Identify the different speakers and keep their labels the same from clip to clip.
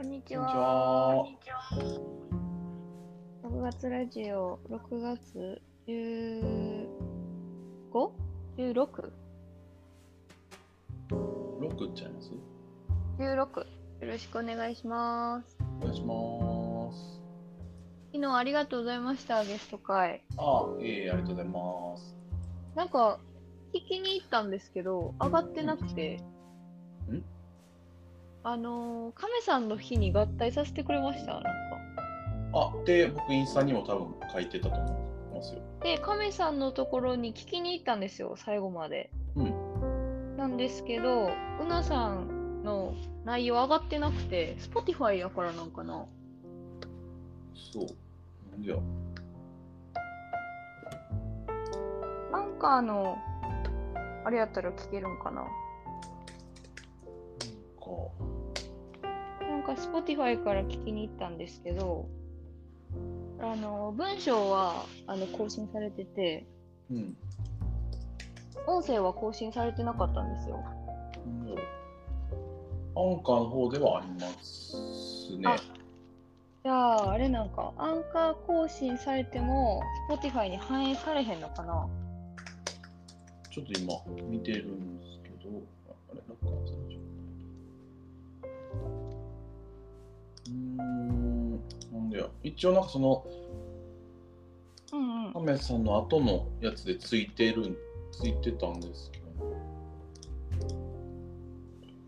Speaker 1: は。
Speaker 2: こんにちは。
Speaker 1: 6月ラジオ、6月 15?16?16?
Speaker 2: ロックちゃいます
Speaker 1: よろしくお願いします。
Speaker 2: お願いします。
Speaker 1: 昨日ありがとうございました、ゲスト会。
Speaker 2: ああ、ええありがとうございます。
Speaker 1: なんか、聞きに行ったんですけど、上がってなくて。
Speaker 2: ん
Speaker 1: あのー、亀さんの日に合体させてくれました、なんか。
Speaker 2: あ、で、僕インスタにも多分書いてたと思いますよ。
Speaker 1: で、亀さんのところに聞きに行ったんですよ、最後まで。
Speaker 2: う
Speaker 1: なんですけど、うなさんの内容上がってなくて、Spotify やからなんかな。
Speaker 2: そう。なんでや。
Speaker 1: アンカーの、あれやったら聞けるんかな。
Speaker 2: こ
Speaker 1: なんか Spotify から聞きに行ったんですけど、あの、文章はあの更新されてて、
Speaker 2: う。うん。
Speaker 1: 音声は更新されてなかったんですよ。
Speaker 2: なんでやろアンカーの方ではありますね。
Speaker 1: あじゃあ、あれなんか、アンカー更新されても、Spotify に反映されへんのかな
Speaker 2: ちょっと今見てるんですけど、ああれ、ロックの最初。うーん、なんでや。一応なんかその、
Speaker 1: うんうん
Speaker 2: カ。メさんの後のやつでついてるんついてたんですけど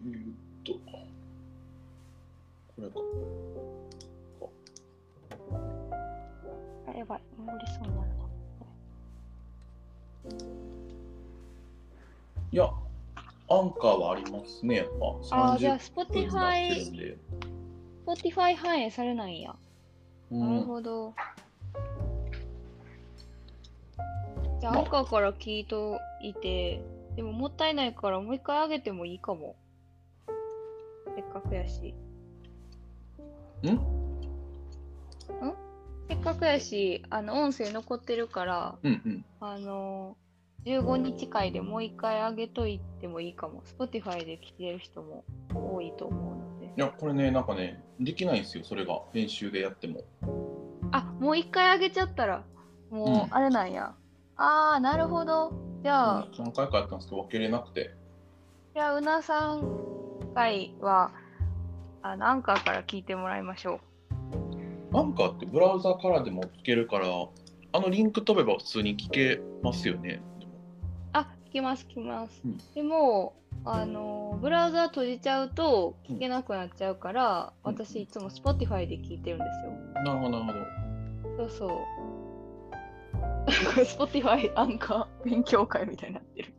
Speaker 2: えーっとこれか
Speaker 1: あ、やばい、戻りそうになるわ。
Speaker 2: いやアンカーはありますねやっぱ
Speaker 1: あー、じゃあ、
Speaker 2: 分になってる
Speaker 1: Spotify
Speaker 2: ん、で、
Speaker 1: Spotify 反映されないんや。
Speaker 2: う
Speaker 1: なる
Speaker 2: ん、
Speaker 1: ほど。じゃあ、アンカーから聞いといて、でももったいないからもう一回あげてもいいかも。せっかくやし。
Speaker 2: ん
Speaker 1: んせっかくやし、あの、音声残ってるから、
Speaker 2: うんうん
Speaker 1: あの15日会でもう一回あげといてもいいかも。Spotify で聞いてる人も多いと思うので。
Speaker 2: いやこれねなんかねできないんですよそれが編集でやっても
Speaker 1: あもう一回あげちゃったら、も
Speaker 2: うん
Speaker 1: うあれなんや。あー、なるほど。じゃあ、
Speaker 2: 何回かやったんですけど分けれなくて
Speaker 1: じゃあ、うなさん会は、あの、アンカーから聞いてもらいましょ
Speaker 2: アンカーってブラウザからでも聞けるからあのリンク飛べば普通に聞けますよねでも
Speaker 1: う。あ、聞きます、聞きます。
Speaker 2: うん
Speaker 1: でも、あの、ブラウザ閉じちゃうと聞けなくなっちゃうから、
Speaker 2: うん
Speaker 1: 私いつも Spotify で聞いてるんですよ。
Speaker 2: なるほどなるほど
Speaker 1: そう そう。Spotify アンカー勉強会みたいになってる。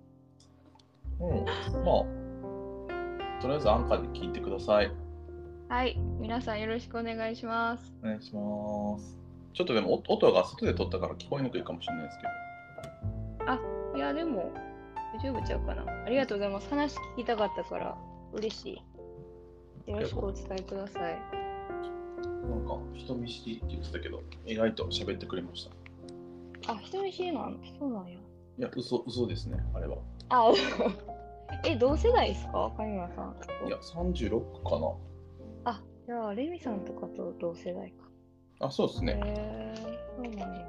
Speaker 2: うん、まあ、とりあえずアンカーで聞いてください。
Speaker 1: はい、皆さんよろしくお願いします。
Speaker 2: お願いします。ちょっとでもお音が外で撮ったから聞こえにくいかもしれないですけど。
Speaker 1: いや、でも、大丈夫ちゃうかな。ありがとうございます。話聞きたかったから、嬉しい。よろしくお伝えください。
Speaker 2: なんか人見知りって言ってたけど、意外と喋ってくれました。い
Speaker 1: あ、人見知りなんそうなんや。
Speaker 2: や、嘘嘘ですね、あれは。
Speaker 1: あ、 え、同世代ですか上村さん。
Speaker 2: いや、36か
Speaker 1: あ、じゃあ、レミさんとかと同世代か。
Speaker 2: な。あ、そうですね。
Speaker 1: へえ、そうなんや。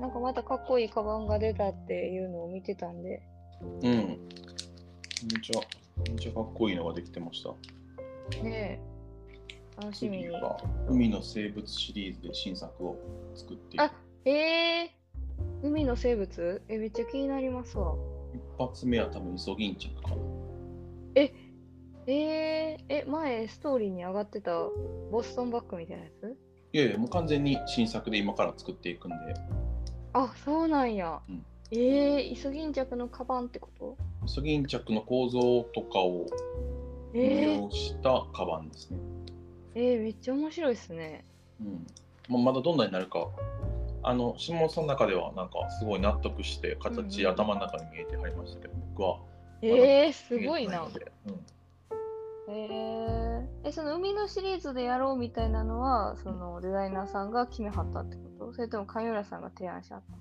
Speaker 1: なんかまたかっこいいカバンが出たっていうのを見てたんで。
Speaker 2: うん。めっちゃ、めっちゃかっこいいのができてました。
Speaker 1: ねえ。楽しみに
Speaker 2: 次。は海の生物シリーズで新作を作っていく
Speaker 1: あええ海の生物え、めっちゃ気になりますわ。
Speaker 2: 一発目は多分イソギンチャクかな。
Speaker 1: えー、え、前ストーリーに上がってたボストンバッグみたいなやつ
Speaker 2: いやいや、もう完全に新作で今から作っていくんで。
Speaker 1: あ、そうなんや。
Speaker 2: うん
Speaker 1: ええイソギンチャクのカバンってこと
Speaker 2: イソギンチャクの構造とかを利
Speaker 1: えー、
Speaker 2: 用したカバンですね。
Speaker 1: えー、めっちゃ面白いですね。
Speaker 2: うんまあ、まだどんなになるか、あの下本さんの中ではなんかすごい納得して形、
Speaker 1: うんうん
Speaker 2: 頭の中に見えてはりましたけど、僕は
Speaker 1: えー、すごいな
Speaker 2: 見え。てないので
Speaker 1: えー、え、その海のシリーズでやろうみたいなのは、そのデザイナーさんが決めはったってことそれとも上浦さんが提案しはっ
Speaker 2: うん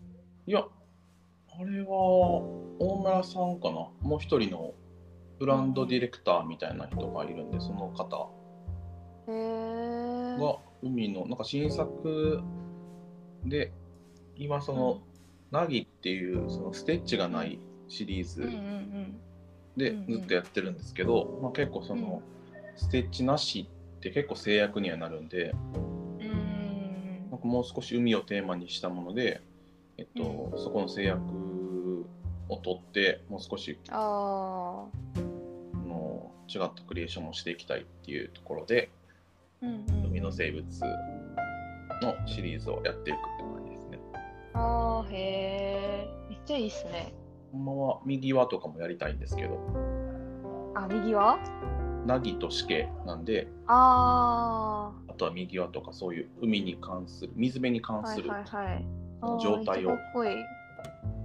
Speaker 2: いや、あれは大村さんかな、もう一人のブランドディレクターみたいな人がいるんで、その方
Speaker 1: へえ。
Speaker 2: が海のなんか新作で今その「なぎ」っていうそのステッチがないシリー
Speaker 1: うんうんう
Speaker 2: ズ
Speaker 1: ん。
Speaker 2: で
Speaker 1: うんうん
Speaker 2: ずっとやってるんですけど、まあ、結構そのステッチなしって結構制約にはなるんで
Speaker 1: うーん
Speaker 2: なんかもう少し海をテーマにしたもので、えっとそこの制約を取ってもう少し
Speaker 1: あ
Speaker 2: あの違ったクリエーションをしていきたいっていうところで
Speaker 1: あ。うん
Speaker 2: 「
Speaker 1: うん
Speaker 2: 海の生物」のシリーズをやっていくって感じですね。
Speaker 1: ああ、へえ。めっちゃいいっすね。
Speaker 2: ほんまは右輪とかもやりたいんですけど、
Speaker 1: あ、右は
Speaker 2: なぎとしけなんで、
Speaker 1: あ
Speaker 2: あとは右輪とかそういう海に関する、水辺に
Speaker 1: あ。
Speaker 2: 関
Speaker 1: は
Speaker 2: す
Speaker 1: い
Speaker 2: る
Speaker 1: はいはい。あー
Speaker 2: 状態を
Speaker 1: めっちゃかっこいい。へ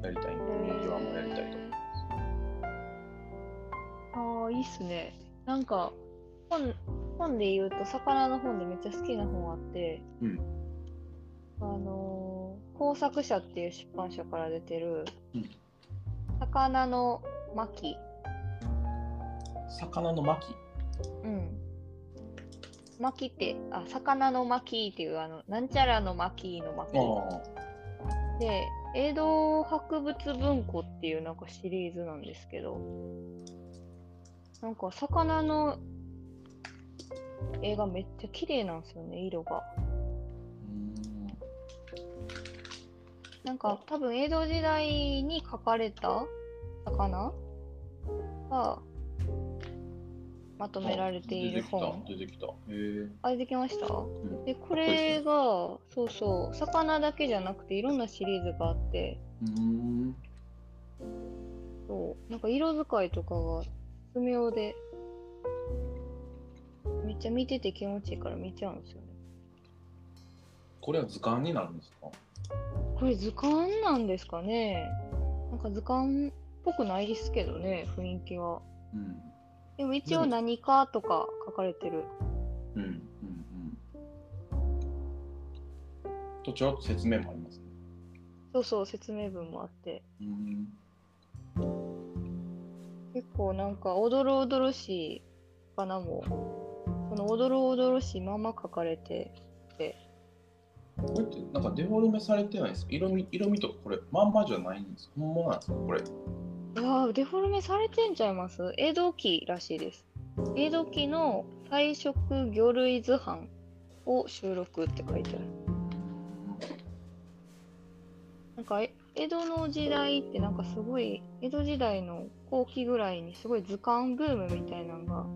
Speaker 2: やりたいんで、右輪もやりたいと。
Speaker 1: え。ああ、いいっすね。なんか、本、本で言うと、魚の本でめっちゃ好きな本あって、
Speaker 2: うん
Speaker 1: あのー工作者っていう出版社から出てる、
Speaker 2: うん
Speaker 1: 魚の巻
Speaker 2: 魚の巻、
Speaker 1: うん。巻きって、あ、魚の巻きっていう、あの、なんちゃらの巻きの巻き
Speaker 2: あ。あ
Speaker 1: で、江戸博物文庫っていうなんかシリーズなんですけど、なんか魚の絵がめっちゃ綺麗なんですよね、色が。なんか多分江戸時代に描かれた魚がまとめられている本。
Speaker 2: 出てきた、出てきた。へえ。
Speaker 1: あれできました、
Speaker 2: ん
Speaker 1: でこれがそうそう魚だけじゃなくていろんなシリーズがあって
Speaker 2: うーん。
Speaker 1: そうなんか色使いとかが絶妙でめっちゃ見てて気持ちいいから見ちゃうんですよね
Speaker 2: これは図鑑になるんですか
Speaker 1: これ図鑑なんですかねなんか図鑑っぽくないですけどね雰囲気は
Speaker 2: うん。
Speaker 1: でも一応何かとか書かれてる
Speaker 2: うん。うん。うん。と、ちらっと説明もありますね。
Speaker 1: そうそう説明文もあって
Speaker 2: うん。
Speaker 1: 結構なんかおどろおどろしい花もそのおどろおどろしいまま描かれて
Speaker 2: これってなんかデフォルメされてないですか色味色味とかこれまんまじゃないんですか本物なんですかこれ
Speaker 1: うわーデフォルメされてんちゃいます江戸期らしいです江戸期の彩色魚類図版を収録って書いてあるなんかえ江戸の時代ってなんかすごい江戸時代の後期ぐらいにすごい図鑑ブームみたいなのが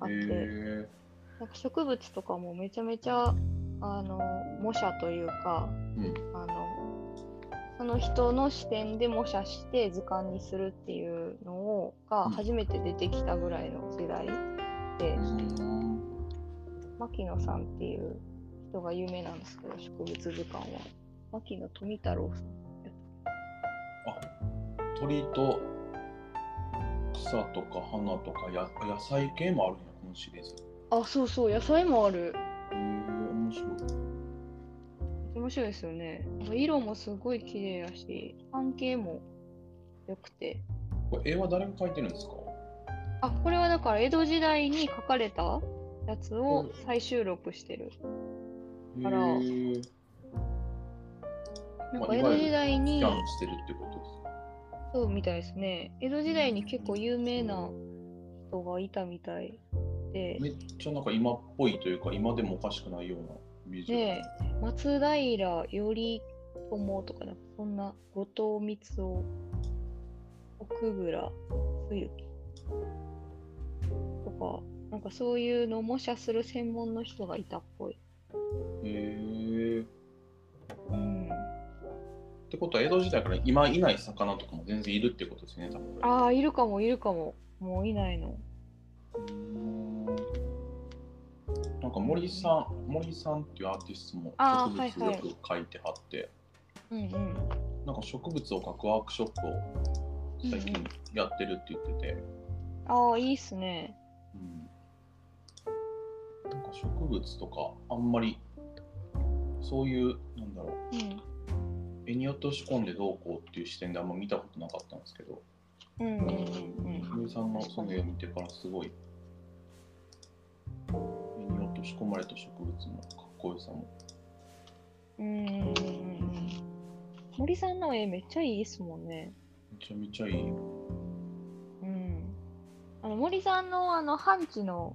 Speaker 1: あって、
Speaker 2: へ
Speaker 1: なんか植物とかもめちゃめちゃあの模写というか、
Speaker 2: うん
Speaker 1: あのその人の視点で模写して図鑑にするっていうのをが
Speaker 2: うん
Speaker 1: 初めて出てきたぐらいの時代で
Speaker 2: え、うん
Speaker 1: 牧野さんっていう人が有名なんですけど植物図鑑は牧野富太郎さん
Speaker 2: 鳥と草とか花とかや野菜系もあるんやこのシリーズへ
Speaker 1: あそうそう野菜もある
Speaker 2: え面白い
Speaker 1: 面白いですよねなんか色もすごい綺麗やし関係も良くて
Speaker 2: これ絵は誰が描いてるんですか
Speaker 1: あこれはだから江戸時代に書かれたやつを再収録してる。あら
Speaker 2: へえ
Speaker 1: なんか江戸時代
Speaker 2: ス
Speaker 1: に
Speaker 2: キャンしてるってことですか
Speaker 1: そうみたいですね。江戸時代に結構有名な人がいたみたいで、
Speaker 2: めっちゃなんか今っぽいというか今でもおかしくないようなビジュアル、
Speaker 1: ね松平頼朝とかなんかそんな後藤光雄、奥倉冬樹とかなんかそういうのを模写する専門の人がいたっぽい。
Speaker 2: へえっ
Speaker 1: うん、
Speaker 2: てことは江戸時代から今いない魚とかも全然いるってことですね多分これ
Speaker 1: ああいるかもいるかももういないの。
Speaker 2: なんか森さん、森さんっていうアーティストも
Speaker 1: あー
Speaker 2: 植物
Speaker 1: は
Speaker 2: よ
Speaker 1: いはい
Speaker 2: く描いてはって、
Speaker 1: うんうん。
Speaker 2: なんか植物を描くワークショップを最
Speaker 1: うん
Speaker 2: 近やってるって言ってて、
Speaker 1: ああ、いいっすね。
Speaker 2: うんなんか植物とかあんまりそういうなんだろ
Speaker 1: うん。
Speaker 2: う絵に落とし込んでどうこうっていう視点であんま見たことなかったんですけど、
Speaker 1: うんうんうん
Speaker 2: 森さんのその絵を見てからすごい絵に落とし閉じ込まれた植物のかっこよさも。
Speaker 1: うんうんうんうん森さんの絵めっちゃいいですもんね。
Speaker 2: めちゃめちゃいいよ。
Speaker 1: うん。あの森さんのあの半地の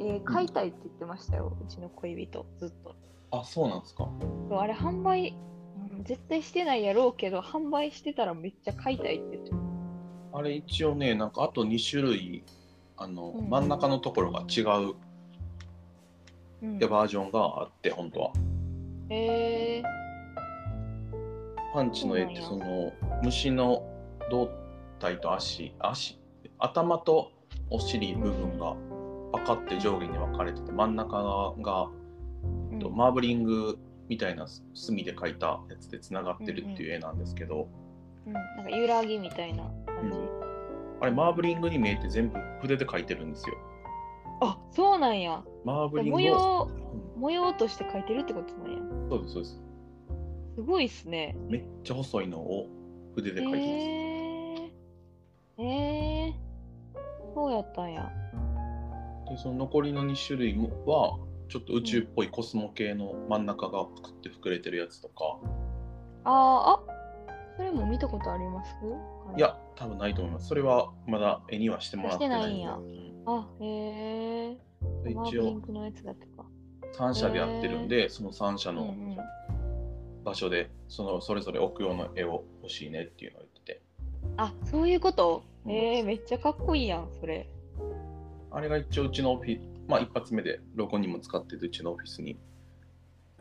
Speaker 1: 絵描いたいって言ってましたよ、うちの恋人ずっと。
Speaker 2: あ、そうなんですか。
Speaker 1: そうあれ販売、うん絶対してないやろうけど販売してたらめっちゃ描いたいって言ってま
Speaker 2: あれ一応ね、なんかあと2種類、あの、
Speaker 1: うん
Speaker 2: 真ん中のところが違う
Speaker 1: し
Speaker 2: で
Speaker 1: た。
Speaker 2: バージョンがあって、本当は。
Speaker 1: うん、え
Speaker 2: パンチの絵って
Speaker 1: そ
Speaker 2: そうの虫の胴体と足足頭とお尻部分がパカって上下に分かれてて真ん中が、
Speaker 1: ーうん
Speaker 2: マーブリングみたいな墨で描いたやつでつながってるっていう絵なんですけど、
Speaker 1: うん、なんか揺らぎみたいな感じ。
Speaker 2: うあれマーブリングに見えて全部筆で描いてるんですよ。
Speaker 1: あそうなんや。
Speaker 2: マーブリング
Speaker 1: 模
Speaker 2: を
Speaker 1: 様模様として描いてるってことなんや。
Speaker 2: うんそうですそうです
Speaker 1: すごいっすね。
Speaker 2: めっちゃ細いのを筆で
Speaker 1: え
Speaker 2: 描いてます。
Speaker 1: えー、えー、そうやったんや。
Speaker 2: でその残りの2種類もはちょっと宇宙っぽいコスモ系の真ん中がパクって膨れてるやつとか、
Speaker 1: あーあそれも見たことあります
Speaker 2: いや多分ないと思いますそれはまだ絵にはしてもらってない
Speaker 1: してないんやあへえ
Speaker 2: うん
Speaker 1: ー、マー
Speaker 2: 一
Speaker 1: ブリン
Speaker 2: 応
Speaker 1: クのやつだとか
Speaker 2: 3社でやってるんで、その3社
Speaker 1: う
Speaker 2: の
Speaker 1: んうん
Speaker 2: 場所でそのそれぞれ置く用の絵を欲しいねっていうのを言ってて
Speaker 1: あそういうこと
Speaker 2: うん
Speaker 1: えー、めっちゃかっこいいやんそれ
Speaker 2: あれが一応うちのオフィスまあ一発目でロゴにも使っててうちのオフィスに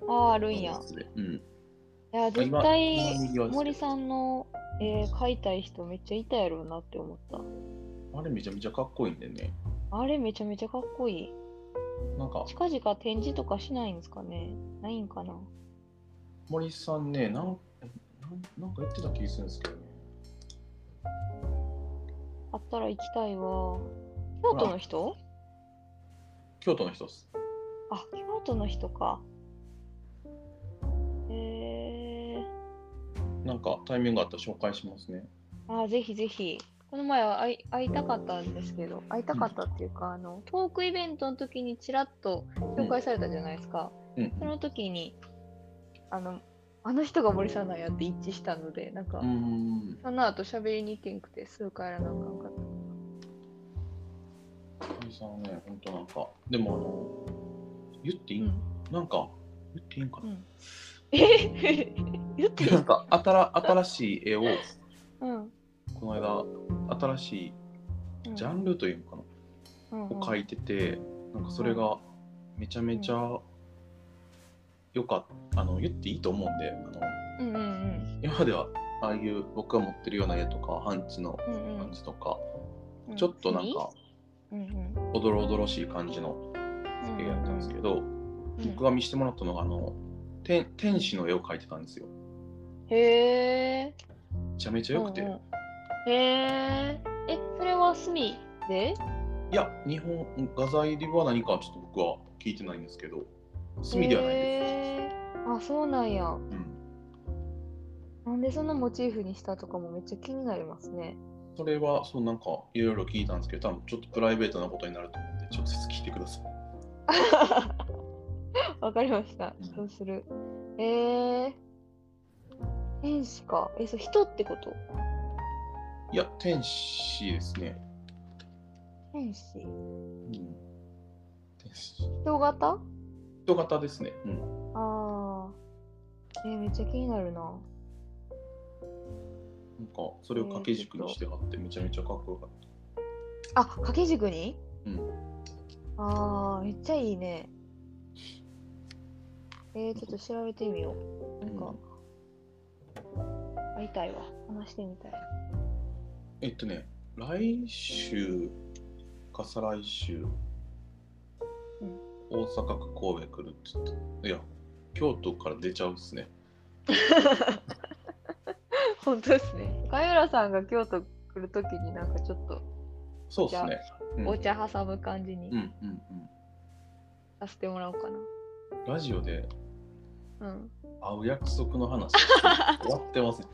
Speaker 1: あーあるんや
Speaker 2: うん
Speaker 1: いや絶
Speaker 2: 今今
Speaker 1: 対
Speaker 2: 右はですけど
Speaker 1: 森さんのえー、描いたい人めっちゃいたやろうなって思った
Speaker 2: あれめちゃめちゃかっこいいんでね
Speaker 1: あれめちゃめちゃかっこいい
Speaker 2: なんか
Speaker 1: 近々展示とかしないんですかねないんかな
Speaker 2: 森さんねなんなんなんか言ってた気がするんですけどね
Speaker 1: あったら行きたいわ京都の人
Speaker 2: 京都の人っす
Speaker 1: あ、京都の人か。えー、
Speaker 2: なんかタイミングがあったら紹介しますね
Speaker 1: あ、ぜひぜひ。この前は会い会いたかったんですけど、会いたかったっていうか、あのトークイベントの時にちらっと紹介されたじゃないですか。
Speaker 2: うん
Speaker 1: その時に、あの、あの人が森さんなんやって一致したので、なんか、
Speaker 2: うんうん
Speaker 1: その後喋りに行けんくて、すぐ帰らなあかんかった。
Speaker 2: 森さんはね本当なんかでもあの言っていい、
Speaker 1: うん
Speaker 2: ん、なんか言っていいんか
Speaker 1: う
Speaker 2: な、
Speaker 1: ん、え 言っていい
Speaker 2: なんかあたら新しい絵を
Speaker 1: うん。
Speaker 2: この間新しいジャンルというのかな、
Speaker 1: うんうん
Speaker 2: を描いててなんかそれがめちゃめちゃ良かったあの言っていいと思うんであの
Speaker 1: うんうんうん
Speaker 2: 今まではああいう僕が持ってるような絵とかハンチの
Speaker 1: うんうん
Speaker 2: 感じとか、
Speaker 1: うん。
Speaker 2: ちょっとなんか
Speaker 1: うんうん、
Speaker 2: おどろおどろしい感じの絵だったんですけど、
Speaker 1: うん
Speaker 2: 僕が見せてもらったのがあの天天使の絵を描いてたんですよ。
Speaker 1: へえ。
Speaker 2: めちゃめちゃ良くて、
Speaker 1: うんうんへえ。え、それは墨で？
Speaker 2: いや日本画材では何かちょっと僕は聞いてないんですけど墨ではないです、
Speaker 1: へーあ、そうなんや。
Speaker 2: うん、
Speaker 1: なんでそんなモチーフにしたとかもめっちゃ気になりますね。
Speaker 2: それはそうなんかいろいろ聞いたんですけど多分ちょっとプライベートなことになると思うんで直接聞いてください
Speaker 1: わかりました
Speaker 2: うん。
Speaker 1: そうする。へえ。天使か。え、そう人ってこと？
Speaker 2: いや天使ですね、
Speaker 1: 天使。
Speaker 2: うん、天使
Speaker 1: 人型？
Speaker 2: 人型ですね、うん、
Speaker 1: ああ。えーめっちゃ気になるな。
Speaker 2: なんかそれを掛け軸にして貼ってめちゃめちゃかっこよかっ
Speaker 1: あ、掛け軸に？
Speaker 2: うん。
Speaker 1: ああ、めっちゃいいね。えー、ちょっと調べてみよう。
Speaker 2: た、
Speaker 1: なんか
Speaker 2: うん
Speaker 1: 会いたいわ。話してみたい。
Speaker 2: えっとね来週か再来週、
Speaker 1: うん
Speaker 2: 大阪か神戸来るって言っていや京都から出ちゃうっすね
Speaker 1: 本当ですね。貝浦さんが京都来るときになんかちょっと
Speaker 2: そうですね。うん
Speaker 1: お茶挟む感じ
Speaker 2: うん
Speaker 1: に
Speaker 2: うん
Speaker 1: させてもらおうか
Speaker 2: うん。ラジオで
Speaker 1: な。うん。
Speaker 2: 会う約束の話終わってますね。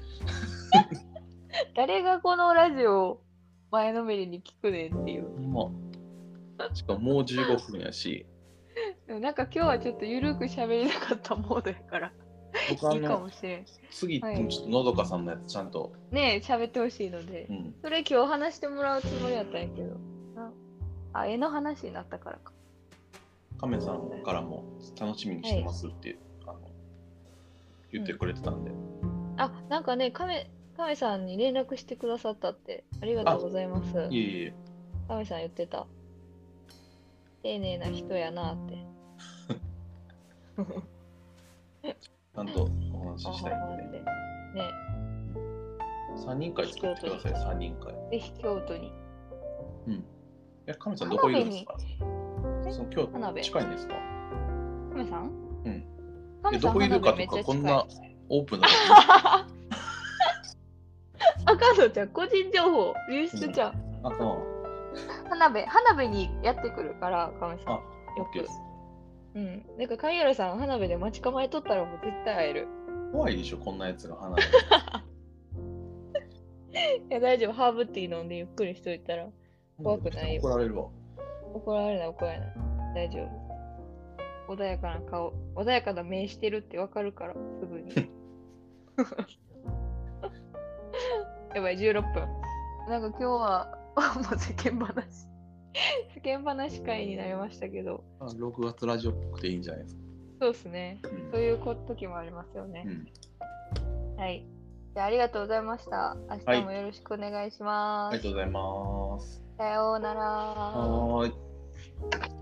Speaker 1: 誰がこのラジオを前のめりに聞くねんっていう。
Speaker 2: ほんま。しかももう15分やし、
Speaker 1: でもなんか今日はちょっとゆるく喋れなかったモードやから、
Speaker 2: 僕 あ
Speaker 1: いいか
Speaker 2: の
Speaker 1: もしれん。
Speaker 2: 次、
Speaker 1: はい
Speaker 2: ちょっとのどかさんのやつちゃんと、
Speaker 1: ねえ、喋ってほしいので
Speaker 2: う。ん、
Speaker 1: それ今日話してもらうつもりやったんやけど。なあ、絵の話になったからか。
Speaker 2: 亀さんからも楽しみにしてますって、あの言ってくれてたんで、
Speaker 1: あ、なんかね、亀、亀さんに連絡してくださったって、ありがとうございます。
Speaker 2: いえいえ、
Speaker 1: 亀さん言ってた。丁寧な人やなって。
Speaker 2: ちゃんとお話ししたいんで、ね、
Speaker 1: ねね
Speaker 2: 3人会作ってください、3人会。
Speaker 1: ぜひ京都に。
Speaker 2: うん。え、亀さん、どこいるんですか
Speaker 1: 辺に
Speaker 2: その今
Speaker 1: 花
Speaker 2: 日
Speaker 1: 辺
Speaker 2: 近いんですか
Speaker 1: 亀さん
Speaker 2: うん。
Speaker 1: 亀
Speaker 2: え
Speaker 1: さ
Speaker 2: ど
Speaker 1: ん
Speaker 2: こいる
Speaker 1: 花
Speaker 2: かと
Speaker 1: 火め
Speaker 2: か、
Speaker 1: っちゃ
Speaker 2: こ
Speaker 1: 近い
Speaker 2: んなオープンなと
Speaker 1: あかんのちゃん、個人情報流出ちゃう。
Speaker 2: こあかんわ
Speaker 1: 花火、花火にやってくるから、亀さん。
Speaker 2: あオ
Speaker 1: よ
Speaker 2: ッケー
Speaker 1: く
Speaker 2: です。
Speaker 1: うん。なんか、貝原さん、花火で待ち構えとったら、もう絶対会える。
Speaker 2: 怖いでしょ、こんなやつが花火。
Speaker 1: いや、大丈夫。ハーブティー飲んでゆっくりしといたら、 怖くないよ
Speaker 2: 怒られるわ。
Speaker 1: 怒られない、怒られない。大丈夫。穏やかな顔、穏やかな目してるってわかるから、すぐ に。やばい、16分。なんか今日は、もう世間話。世間話会になりましたけど、
Speaker 2: あ6月ラジオっぽくていいんじゃないですか。
Speaker 1: そうですね。
Speaker 2: うん
Speaker 1: そういうこ時もありますよね。
Speaker 2: うん
Speaker 1: はい。じゃあ、ありがとうございました。明日もよろしくお願いしま
Speaker 2: あ
Speaker 1: す。
Speaker 2: りがとうございます。 어.
Speaker 1: さようなら。
Speaker 2: はーい。